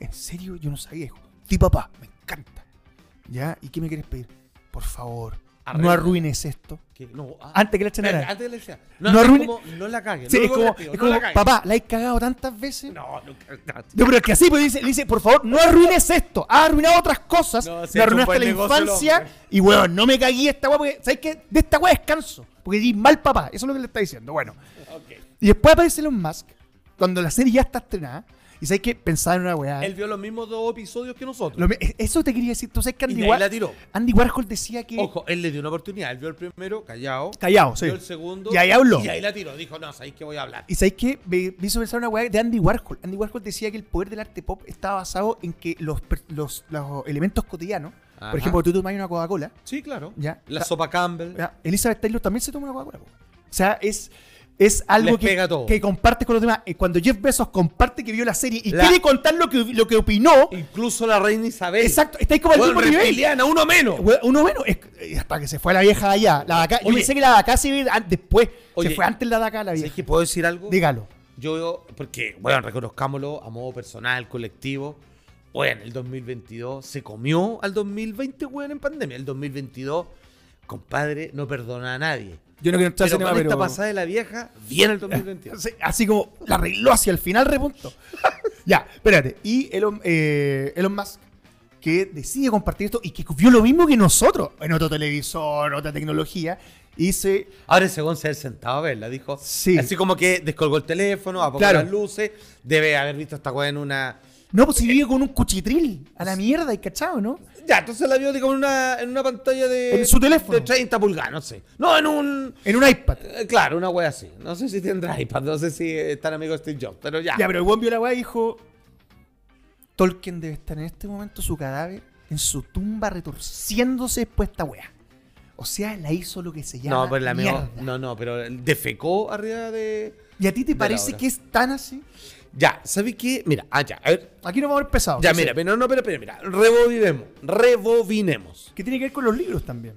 Speaker 1: En serio, yo no sabía, hijo. Sí, papá, me encanta. ¿Ya? ¿Y qué me quieres pedir? Por favor, no
Speaker 2: Arregla.
Speaker 1: arruines esto.
Speaker 2: Que no, ah,
Speaker 1: Antes que la echen a
Speaker 2: espérate,
Speaker 1: la-
Speaker 2: antes de la escena.
Speaker 1: No
Speaker 2: No, no, es
Speaker 1: arruine-
Speaker 2: como, no la cagues.
Speaker 1: Sí,
Speaker 2: no
Speaker 1: es
Speaker 2: lo
Speaker 1: como,
Speaker 2: golpees,
Speaker 1: es
Speaker 2: no la
Speaker 1: como,
Speaker 2: cagues.
Speaker 1: papá, la he cagado tantas veces.
Speaker 2: No, no, no.
Speaker 1: No, pero es que así, pues dice, le dice, por favor, no arruines esto. Ha arruinado otras cosas.
Speaker 2: No, se
Speaker 1: me
Speaker 2: ha hecho un
Speaker 1: arruinaste
Speaker 2: buen
Speaker 1: la
Speaker 2: negocio el
Speaker 1: infancia.
Speaker 2: hombre.
Speaker 1: Y weón, no me cagué esta weá, porque, ¿sabes qué? De esta weá descanso. Porque di mal papá. Eso es lo que le está diciendo. Bueno.
Speaker 2: Ok.
Speaker 1: Y después aparece Elon Musk, cuando la serie ya está estrenada. Y sabes que pensaba en una weá.
Speaker 2: Él vio los mismos dos episodios que nosotros.
Speaker 1: Lo mi- e- eso te quería decir. Tú sabes que
Speaker 2: y
Speaker 1: Andy,
Speaker 2: de ahí
Speaker 1: War-
Speaker 2: la tiró.
Speaker 1: Andy Warhol decía que.
Speaker 2: Ojo, él le dio una oportunidad. Él vio el primero, callado.
Speaker 1: Callado, sí.
Speaker 2: Vio el segundo.
Speaker 1: Y ahí habló.
Speaker 2: Y ahí la tiró. Dijo, no, sabéis que voy a hablar.
Speaker 1: Y sabéis que me, me hizo pensar una weá de Andy Warhol. Andy Warhol decía que el poder del arte pop estaba basado en que los, per- los, los elementos cotidianos,
Speaker 2: Ajá.
Speaker 1: por ejemplo, tú tomas una Coca-Cola,
Speaker 2: Sí, claro.
Speaker 1: Ya.
Speaker 2: La
Speaker 1: Ta-
Speaker 2: sopa Campbell.
Speaker 1: ya, Elizabeth Taylor también se toma una Coca-Cola. po. O sea, es, es algo
Speaker 2: Les
Speaker 1: que,
Speaker 2: pega todo.
Speaker 1: que compartes con los demás. Eh, Cuando Jeff Bezos comparte que vio la serie y
Speaker 2: La-
Speaker 1: quiere contar lo que, lo que opinó,
Speaker 2: Incluso la reina Isabel.
Speaker 1: exacto, estáis como al
Speaker 2: Weón,
Speaker 1: mismo nivel.
Speaker 2: reptiliana, uno menos.
Speaker 1: Weón, Uno bueno, es- eh, hasta que se fue la vieja de allá. La de acá, yo
Speaker 2: Oye.
Speaker 1: pensé que la de acá se iba a ir an- después. se
Speaker 2: Oye.
Speaker 1: fue antes la de acá la
Speaker 2: ¿Sabéis
Speaker 1: vieja.
Speaker 2: que puedo decir algo?
Speaker 1: Dígalo.
Speaker 2: Yo, porque, bueno, reconozcámoslo a modo personal, colectivo. Bueno, el 2022 se comió al 2020, weón, en pandemia. El 2022, compadre, no perdona a nadie.
Speaker 1: Yo no quiero entrar
Speaker 2: Pero
Speaker 1: en
Speaker 2: con
Speaker 1: cinema,
Speaker 2: esta
Speaker 1: pero-
Speaker 2: pasada de la vieja, viene el 2022.
Speaker 1: Sí, Así como la arregló hacia el final, repunto. ya, espérate. Y Elon, eh, Elon Musk, que decide compartir esto y que vio lo mismo que nosotros en otro televisor, otra tecnología, y se.
Speaker 2: Ahora ese weón se ha sentado a verla, dijo.
Speaker 1: Sí.
Speaker 2: Así como que descolgó el teléfono, apagó
Speaker 1: Claro.
Speaker 2: las luces. Debe haber visto esta weón en una.
Speaker 1: No, pues si vive con un cuchitril a la mierda y cachado, ¿no?
Speaker 2: Ya, entonces la vio digo, en una, en una pantalla Eh, de.
Speaker 1: En su teléfono.
Speaker 2: De 30 pulgadas, no sé. No, en un.
Speaker 1: En un iPad.
Speaker 2: Eh, Claro, una wea así. No sé si tendrá iPad, no sé si eh, es tan amigo de Steve Jobs, pero ya.
Speaker 1: Ya, pero el buen vio la weá y dijo: Tolkien debe estar en este momento su cadáver en su tumba retorciéndose después de esta weá. O sea, la hizo lo que se llama.
Speaker 2: no, pero el amigo.
Speaker 1: mierda.
Speaker 2: No, no, pero él defecó arriba de.
Speaker 1: ¿Y a ti te
Speaker 2: de la
Speaker 1: parece
Speaker 2: obra.
Speaker 1: que es tan así?
Speaker 2: Ya, ¿sabes qué? Mira, ah, ya, a ver.
Speaker 1: Aquí no vamos a ver pesado.
Speaker 2: Ya,
Speaker 1: ¿qué
Speaker 2: mira,
Speaker 1: sé?
Speaker 2: pero no, pero, pero mira, rebobinemos. Rebobinemos.
Speaker 1: Que tiene que ver con los libros también.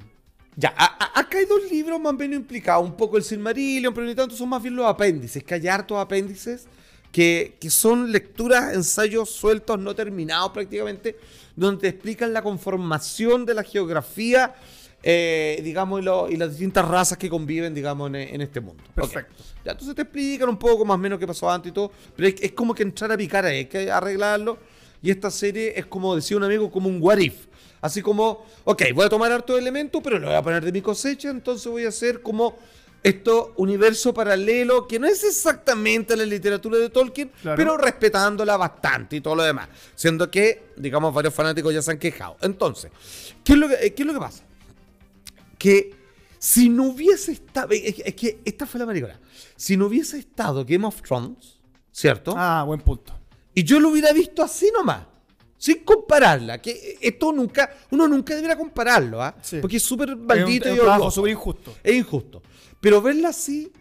Speaker 2: Ya, a- a- acá hay dos libros más o menos implicados. Un poco el Silmarillion, pero ni tanto son más bien los apéndices. Que hay hartos apéndices que, que son lecturas, ensayos sueltos, no terminados prácticamente, donde te explican la conformación de la geografía, eh, digamos, y, lo- y las distintas razas que conviven, digamos, en, en este mundo.
Speaker 1: Perfecto.
Speaker 2: Ok. Ya, entonces te explican un poco más o menos qué pasó antes y todo. Pero es, es como que entrar a picar ahí, hay que arreglarlo. Y esta serie es como decía un amigo, como un what if. Así como, ok, voy a tomar harto elemento, pero lo voy a poner de mi cosecha, entonces voy a hacer como esto universo paralelo, que no es exactamente la literatura de Tolkien,
Speaker 1: Claro.
Speaker 2: pero respetándola bastante y todo lo demás. Siendo que, digamos, varios fanáticos ya se han quejado. Entonces, ¿qué es lo que, eh, qué es lo que pasa? que si no hubiese estado. Es, que- es que esta fue la maricola. Si no hubiese estado Game of Thrones, ¿cierto?
Speaker 1: Ah, buen punto.
Speaker 2: Y yo lo hubiera visto así nomás. Sin compararla, que eh, esto nunca, uno nunca debiera compararlo, ¿ah?
Speaker 1: Sí.
Speaker 2: Porque es súper maldito
Speaker 1: Maldito
Speaker 2: y orgulloso.
Speaker 1: súper injusto.
Speaker 2: Es injusto. Pero verla así,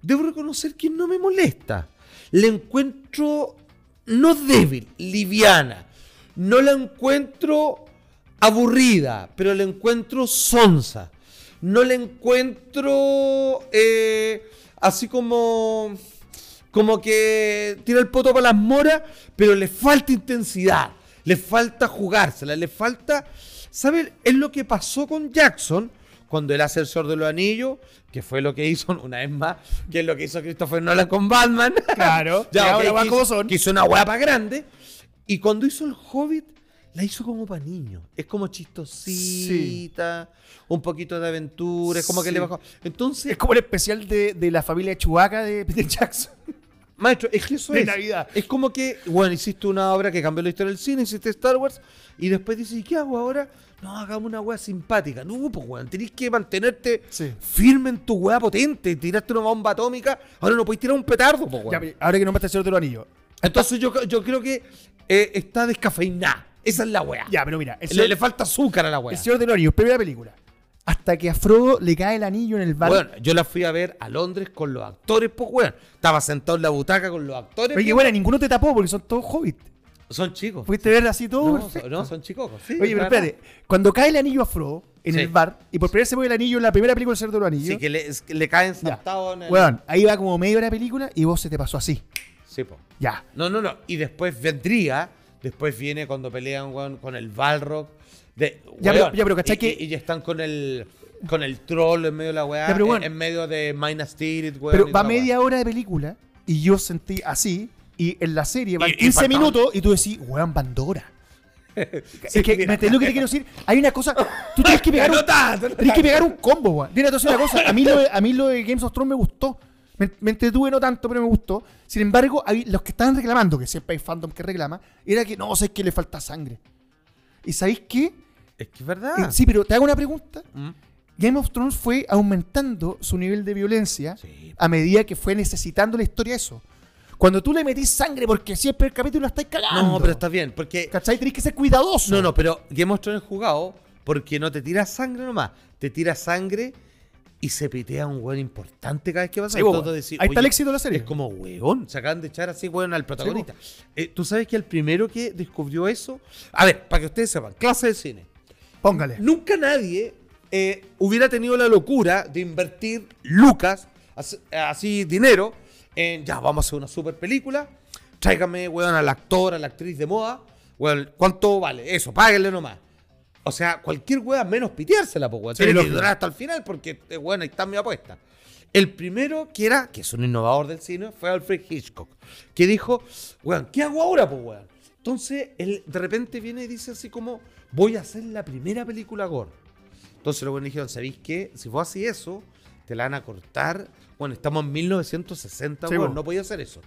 Speaker 2: debo reconocer que no me molesta. La encuentro no débil, liviana. No la encuentro aburrida, pero la encuentro sonsa. No la encuentro eh, así como como que tira el poto para las moras, pero le falta intensidad, le falta jugársela, le falta... ¿Sabes? Es lo que pasó con Jackson cuando él hace el Señor de los Anillos, que fue lo que hizo, una vez más, que es lo que hizo Christopher Nolan con Batman.
Speaker 1: Claro, que ahora
Speaker 2: ok,
Speaker 1: van
Speaker 2: que
Speaker 1: como
Speaker 2: hizo-
Speaker 1: son.
Speaker 2: que hizo una guapa grande. Y cuando hizo el Hobbit, la hizo como para niños. Es como chistosita, un poquito de aventura, es como que
Speaker 1: Sí.
Speaker 2: le bajó. Entonces,
Speaker 1: Es como el especial de, de la familia Chubaca de Peter Jackson.
Speaker 2: Maestro, es que eso
Speaker 1: De
Speaker 2: es.
Speaker 1: Navidad.
Speaker 2: Es como que, bueno, hiciste una obra que cambió la historia del cine, hiciste Star Wars, y después dices, ¿y qué hago ahora? No, hagamos una weá simpática. No, pues weón, tenés que mantenerte
Speaker 1: Sí.
Speaker 2: firme en tu weá potente. Tiraste una bomba atómica, ahora no podés tirar un petardo, pues
Speaker 1: Ya,
Speaker 2: weón.
Speaker 1: pero ahora que nombraste el Señor de los Anillos.
Speaker 2: Entonces yo, yo creo que eh, está descafeinada. Esa es la weá.
Speaker 1: Ya, pero mira, el
Speaker 2: Le,
Speaker 1: Señor,
Speaker 2: le falta azúcar a la weá.
Speaker 1: el Señor de los Anillos, primera película. Hasta que a Frodo le cae el anillo en el bar.
Speaker 2: Bueno, yo la fui a ver a Londres con los actores, pues weón. Estaba sentado en la butaca con los actores.
Speaker 1: Oye,
Speaker 2: pues,
Speaker 1: bueno, ninguno te tapó porque son todos hobbits.
Speaker 2: Son chicos.
Speaker 1: Fuiste a ver así todo.
Speaker 2: No,
Speaker 1: perfecto.
Speaker 2: son, no, son chicos. sí,
Speaker 1: Oye, pero
Speaker 2: la verdad.
Speaker 1: espérate, cuando cae el anillo a Frodo en
Speaker 2: Sí.
Speaker 1: el bar, y por primera vez se pone el anillo en la primera película del Señor de los Anillos,
Speaker 2: Sí, que le, es que le caen
Speaker 1: ya.
Speaker 2: saltados en el...
Speaker 1: Weón, ahí va como medio de la película y vos se te pasó así.
Speaker 2: Sí, po.
Speaker 1: Ya.
Speaker 2: No, no, no. Y después vendría, después viene cuando pelean weón, con el Balrog. De,
Speaker 1: Ya, pero-
Speaker 2: weón,
Speaker 1: ya, pero ¿cachai
Speaker 2: y,
Speaker 1: que-
Speaker 2: y- y ya están con el con el troll en medio de la weá,
Speaker 1: Ya, pero,
Speaker 2: en-
Speaker 1: weón.
Speaker 2: en, medio de Minas Tirith, weón. y
Speaker 1: Pero
Speaker 2: toda
Speaker 1: va
Speaker 2: la weá.
Speaker 1: media hora de película y yo sentí así, y en la serie van
Speaker 2: Y- y
Speaker 1: 15
Speaker 2: faltaban-
Speaker 1: minutos y tú decís, weón, Pandora.
Speaker 2: Sí,
Speaker 1: es que,
Speaker 2: mira.
Speaker 1: ¿me entendés lo que te quiero decir? Hay una cosa, tú tienes que pegar un, tienes que pegar un combo, weón. Mira, te voy a decir una cosa, a mí, lo de, a mí lo de Games of Thrones me gustó. Me, me entretuve no tanto, pero me gustó. Sin embargo, hay, los que estaban reclamando, que siempre hay fandom que reclama, era que no, sé que le falta sangre. ¿Y sabéis qué?
Speaker 2: Es que es verdad.
Speaker 1: Eh, Sí, pero te hago una pregunta.
Speaker 2: Ah. Mm.
Speaker 1: Game of Thrones fue aumentando su nivel de violencia
Speaker 2: Sí.
Speaker 1: a medida que fue necesitando la historia eso. Cuando tú le metís sangre porque siempre el capítulo la estáis cagando.
Speaker 2: No, pero está bien, porque...
Speaker 1: ¿Cachai? Tenés que ser cuidadoso.
Speaker 2: No, no, pero Game of Thrones jugado porque no te tira sangre nomás. Te tira sangre y se pitea un weón importante cada vez que pasa.
Speaker 1: Sí, po,
Speaker 2: Entonces
Speaker 1: weón.
Speaker 2: decís,
Speaker 1: Ahí está el
Speaker 2: oye,
Speaker 1: éxito de la serie.
Speaker 2: Es como weón. Se acaban de echar así, weón, al protagonista. Eh, Tú sabes que el primero que descubrió eso. A ver, para que ustedes sepan, clase de cine.
Speaker 1: Póngale.
Speaker 2: Nunca nadie eh, hubiera tenido la locura de invertir lucas, as- así, dinero, en ya, vamos a hacer una super película, tráigame, weón, al actor, a la actriz de moda, weón, ¿cuánto vale? Eso, páguenle nomás. O sea, cualquier weón menos piteársela, pues, weón.
Speaker 1: Sí,
Speaker 2: Tiene que
Speaker 1: lógico.
Speaker 2: durar hasta el final porque, eh, weón, ahí está mi apuesta. El primero que era, que es un innovador del cine, fue Alfred Hitchcock, que dijo, weón, ¿qué hago ahora, pues, weón? Entonces, él de repente viene y dice así como, voy a hacer la primera película gore. Entonces los buenos dijeron, ¿sabéis qué? Si vos así eso, te la van a cortar. Bueno, estamos en 1960,
Speaker 1: Sí,
Speaker 2: weón,
Speaker 1: po.
Speaker 2: no podía hacer eso.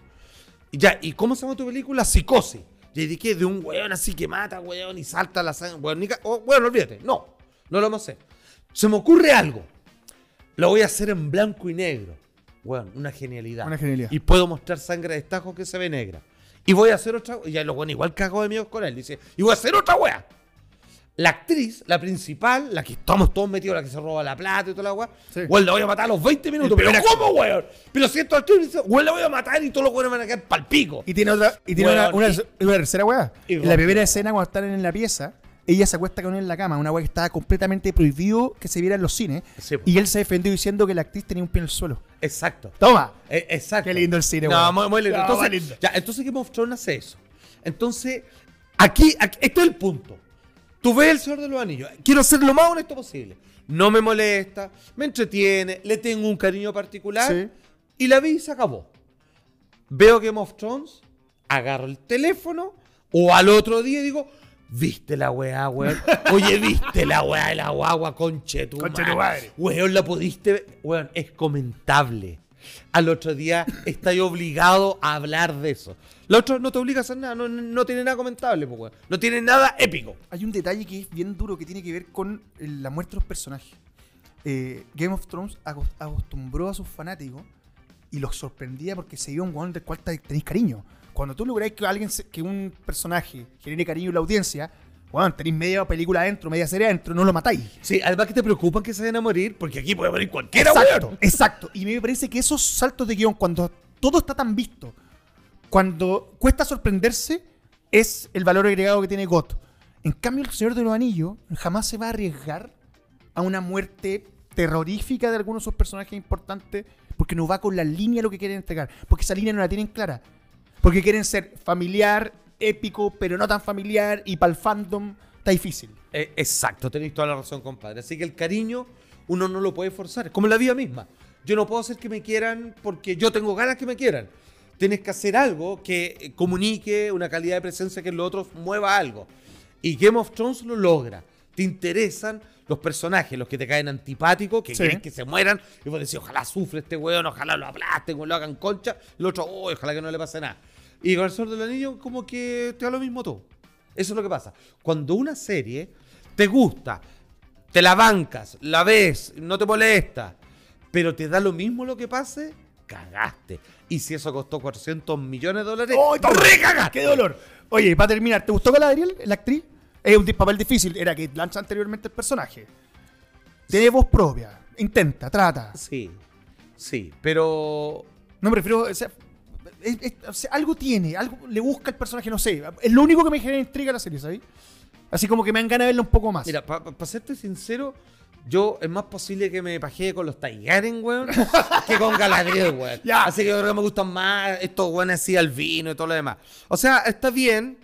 Speaker 2: Y ya, ¿y cómo se llama tu película? Psicosis. Y de qué? De un weón así que mata, weón, y salta la sangre, weón, ni ca- oh, weón, olvídate. No, no lo vamos a hacer. Se me ocurre algo. Lo voy a hacer en blanco y negro. Weón, una genialidad.
Speaker 1: Una genialidad.
Speaker 2: Y puedo mostrar sangre de estajo que se ve negra. Y voy a hacer otra. Y ya los weón igual cagó de miedo con él. Dice, y voy a hacer otra weá. La actriz, la principal, la que estamos todos metidos, la que se roba la plata y toda la weá.
Speaker 1: Sí.
Speaker 2: Weón, la voy a matar a los 20 minutos. Pero
Speaker 1: primer
Speaker 2: ¿cómo, weón? Pero si esto actriz dice, weón, la voy a matar y todos los weones van a quedar pal pico.
Speaker 1: Y tiene otra, y tiene
Speaker 2: Weón,
Speaker 1: una, una-
Speaker 2: y-
Speaker 1: una tercera weá.
Speaker 2: y
Speaker 1: En
Speaker 2: rompe.
Speaker 1: la primera escena, cuando están en la pieza, ella se acuesta con él en la cama, una weá que estaba completamente prohibido que se viera en los cines.
Speaker 2: Sí, po.
Speaker 1: y él se defendió diciendo que la actriz tenía un pie en el suelo.
Speaker 2: Exacto.
Speaker 1: ¡Toma!
Speaker 2: Eh, exacto.
Speaker 1: Qué lindo el cine,
Speaker 2: No,
Speaker 1: weón.
Speaker 2: muy, muy lindo.
Speaker 1: No,
Speaker 2: Entonces,
Speaker 1: muy lindo.
Speaker 2: Ya, entonces Game of Thrones hace eso. Entonces, aquí, aquí, este es el punto. Tú ves El Señor de los Anillos. Quiero ser lo más honesto posible. No me molesta, me entretiene, le tengo un cariño particular.
Speaker 1: Sí.
Speaker 2: Y la vi y se acabó. Veo Game of Thrones, agarro el teléfono o al otro día digo... ¿Viste la weá, weón? Oye, ¿viste la weá de la guagua, conche tu
Speaker 1: Conche
Speaker 2: madre?
Speaker 1: tu madre.
Speaker 2: Weón, la pudiste ver. Weón, es comentable. Al otro día estáis obligado a hablar de eso. La otra no te obliga a hacer nada, no, no tiene nada comentable, pues, weón. No tiene nada épico.
Speaker 1: Hay un detalle que es bien duro que tiene que ver con eh, la muerte de los personajes. Eh, Game of Thrones acos- acostumbró a sus fanáticos y los sorprendía porque se iba un weón del cual te- tenéis cariño. Cuando tú lográs que alguien se- que un personaje genere cariño en la audiencia, weón, tenéis media película adentro, media serie adentro, no lo matáis.
Speaker 2: Sí, además que te preocupan que se vayan a morir, porque aquí puede morir cualquiera,
Speaker 1: exacto,
Speaker 2: weón.
Speaker 1: exacto. Y me parece que esos saltos de guión, cuando todo está tan visto, cuando cuesta sorprenderse, es el valor agregado que tiene GOT. En cambio, el Señor de los Anillos jamás se va a arriesgar a una muerte terrorífica de algunos de sus personajes importantes, porque no va con la línea de lo que quieren entregar, porque esa línea no la tienen clara. Porque quieren ser familiar, épico, pero no tan familiar, y para el fandom está difícil.
Speaker 2: Eh, exacto, tenéis toda la razón, compadre. Así que el cariño Uno no lo puede forzar, como en la vida misma. Yo no puedo hacer que me quieran porque yo tengo ganas que me quieran. Tienes que hacer algo que eh, comunique una calidad de presencia que en los otros mueva algo. Y Game of Thrones lo logra. Te interesan los personajes, los que te caen antipáticos, que
Speaker 1: Sí.
Speaker 2: quieres que se mueran. Y vos decís, ojalá sufre este weón, ojalá lo aplasten, o lo hagan concha. El otro, "Oh, ojalá que no le pase nada. Y con el Señor del Anillo, como que te da lo mismo todo. Eso es lo que pasa. Cuando una serie te gusta, te la bancas, la ves, no te molesta, pero te da lo mismo lo que pase, cagaste. Y si eso costó 400 millones de dólares,
Speaker 1: ¡Ay, qué
Speaker 2: ¡re cagaste!
Speaker 1: ¡Qué dolor! Oye, para terminar, ¿te gustó Galadriel, la actriz? Es un di- papel difícil, era que lanza anteriormente el personaje. Tiene voz propia, intenta, trata.
Speaker 2: Sí, sí, pero
Speaker 1: No me refiero, o sea, es- es- o sea, algo tiene, algo le busca el personaje, no sé. Es lo único que me genera intriga la serie, ¿sabes? Así como que me dan ganas de verla un poco más.
Speaker 2: Mira, para serte sincero, yo es más posible que me pajee con los Taigaren, weón, que con Galadriel, weón.
Speaker 1: Ya.
Speaker 2: Así que yo creo que me gustan más estos weones así al vino y todo lo demás. O sea, está bien,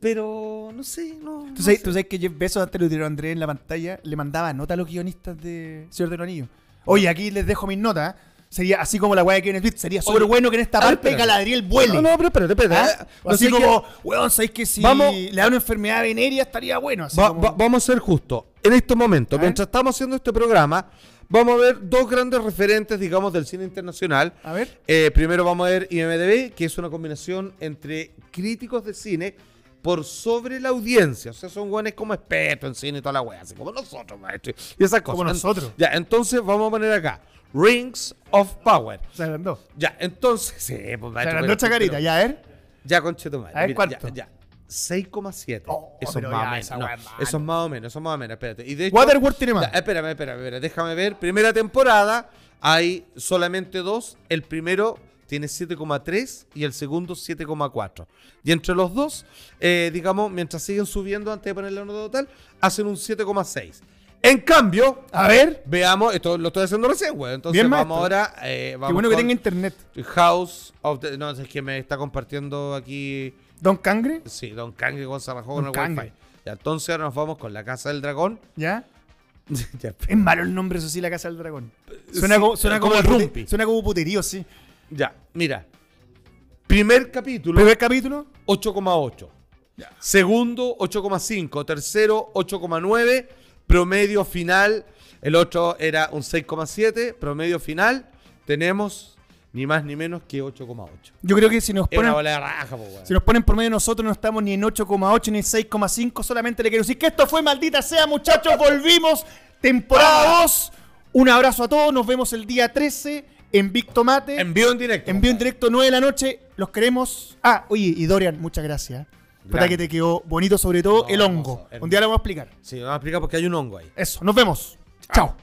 Speaker 2: pero no sé, no. no
Speaker 1: ¿Tú sabes,
Speaker 2: sé.
Speaker 1: tú sabes que Jeff Bezos, antes lo tiró Andrés en la pantalla, le mandaba nota a los guionistas de Señor de los Anillos. Oye, aquí les dejo mis notas. Sería así como la weá que en el tweet. Sería súper
Speaker 2: Oye,
Speaker 1: bueno que en esta
Speaker 2: a ver,
Speaker 1: parte
Speaker 2: espérate.
Speaker 1: Galadriel vuele.
Speaker 2: No, no, pero espérate, espérate. ¿eh?
Speaker 1: ¿Ah?
Speaker 2: No
Speaker 1: así
Speaker 2: sé qué-
Speaker 1: como, weón, ¿sabéis que si
Speaker 2: Vamos-
Speaker 1: le da una enfermedad venérea estaría bueno? Así
Speaker 2: Va-
Speaker 1: como-
Speaker 2: va- vamos a ser justos. En este momento,
Speaker 1: ¿Ah?
Speaker 2: mientras estamos haciendo este programa, vamos a ver dos grandes referentes, digamos, del cine internacional.
Speaker 1: A ver.
Speaker 2: Eh, primero vamos a ver IMDB, que es una combinación entre críticos de cine por sobre la audiencia. O sea, son guanes como expertos en cine y toda la wea, así como nosotros, maestro. Y esas cosas.
Speaker 1: Como nosotros.
Speaker 2: Ya, entonces vamos a poner acá. Rings of Power.
Speaker 1: Se agrandó.
Speaker 2: Ya, entonces. Sí, pues, maestro,
Speaker 1: Se agrandó
Speaker 2: pero-
Speaker 1: esta carita,
Speaker 2: pero-
Speaker 1: ya, a ver.
Speaker 2: ya, conchetumare.
Speaker 1: A ver,
Speaker 2: mira,
Speaker 1: ¿cuánto?
Speaker 2: Ya, ya. 6,7.
Speaker 1: Oh,
Speaker 2: eso, es
Speaker 1: pero
Speaker 2: más
Speaker 1: ya,
Speaker 2: o menos,
Speaker 1: esa
Speaker 2: no,
Speaker 1: weá es mala.
Speaker 2: eso es más o menos. Eso es más o menos. Espérate. Y de hecho,
Speaker 1: Waterworld tiene más.
Speaker 2: ya, eh. espérame, espérame, espérame, Déjame ver. Primera temporada hay solamente dos. El primero tiene 7,3 y el segundo 7,4. Y entre los dos, eh, digamos, mientras siguen subiendo antes de poner la nota total, hacen un 7,6. En cambio,
Speaker 1: A ver.
Speaker 2: veamos, esto lo estoy haciendo recién, güey. Entonces
Speaker 1: Bien,
Speaker 2: vamos
Speaker 1: maestro.
Speaker 2: ahora. eh, vamos
Speaker 1: Qué bueno que
Speaker 2: con
Speaker 1: tenga internet.
Speaker 2: House of the. No, es que me está compartiendo aquí.
Speaker 1: Don Cangre,
Speaker 2: Sí, Don Kang con Sarajó
Speaker 1: Don
Speaker 2: con el
Speaker 1: Kang.
Speaker 2: Wi-Fi. Ya, entonces ahora nos vamos con la Casa del Dragón.
Speaker 1: ¿ya?
Speaker 2: Ya, pe-
Speaker 1: Es malo el nombre, eso sí, la Casa del Dragón. Suena,
Speaker 2: Sí,
Speaker 1: como, suena
Speaker 2: como el
Speaker 1: pute-
Speaker 2: Rumpi.
Speaker 1: Suena como puterío, sí.
Speaker 2: ya, mira. Primer capítulo,
Speaker 1: Primer capítulo,
Speaker 2: 8,8. Segundo, 8,5. Tercero, 8,9. Promedio final. El otro era un 6,7. Promedio final. Tenemos ni más ni menos que 8,8.
Speaker 1: yo creo que si nos
Speaker 2: Es una
Speaker 1: ponen,
Speaker 2: bola de raja, po, weón.
Speaker 1: si nos ponen por medio de nosotros, no estamos ni en 8,8 ni en 6,5. Solamente le quiero decir que esto fue maldita sea, muchachos. Volvimos,
Speaker 2: Ah.
Speaker 1: temporada 2. Un abrazo a todos. Nos vemos el día 13 en Big Tomate.
Speaker 2: Envío en directo.
Speaker 1: Envío en
Speaker 2: compadre.
Speaker 1: directo 9 de la noche. Los queremos. Ah, oye, y Dorian, muchas gracias. Para
Speaker 2: Grande.
Speaker 1: que te quedó bonito, sobre todo
Speaker 2: No,
Speaker 1: el hongo.
Speaker 2: hermoso,
Speaker 1: Un día lo vamos a explicar.
Speaker 2: Sí, vamos a explicar porque hay un hongo ahí.
Speaker 1: Eso, nos vemos. Chao.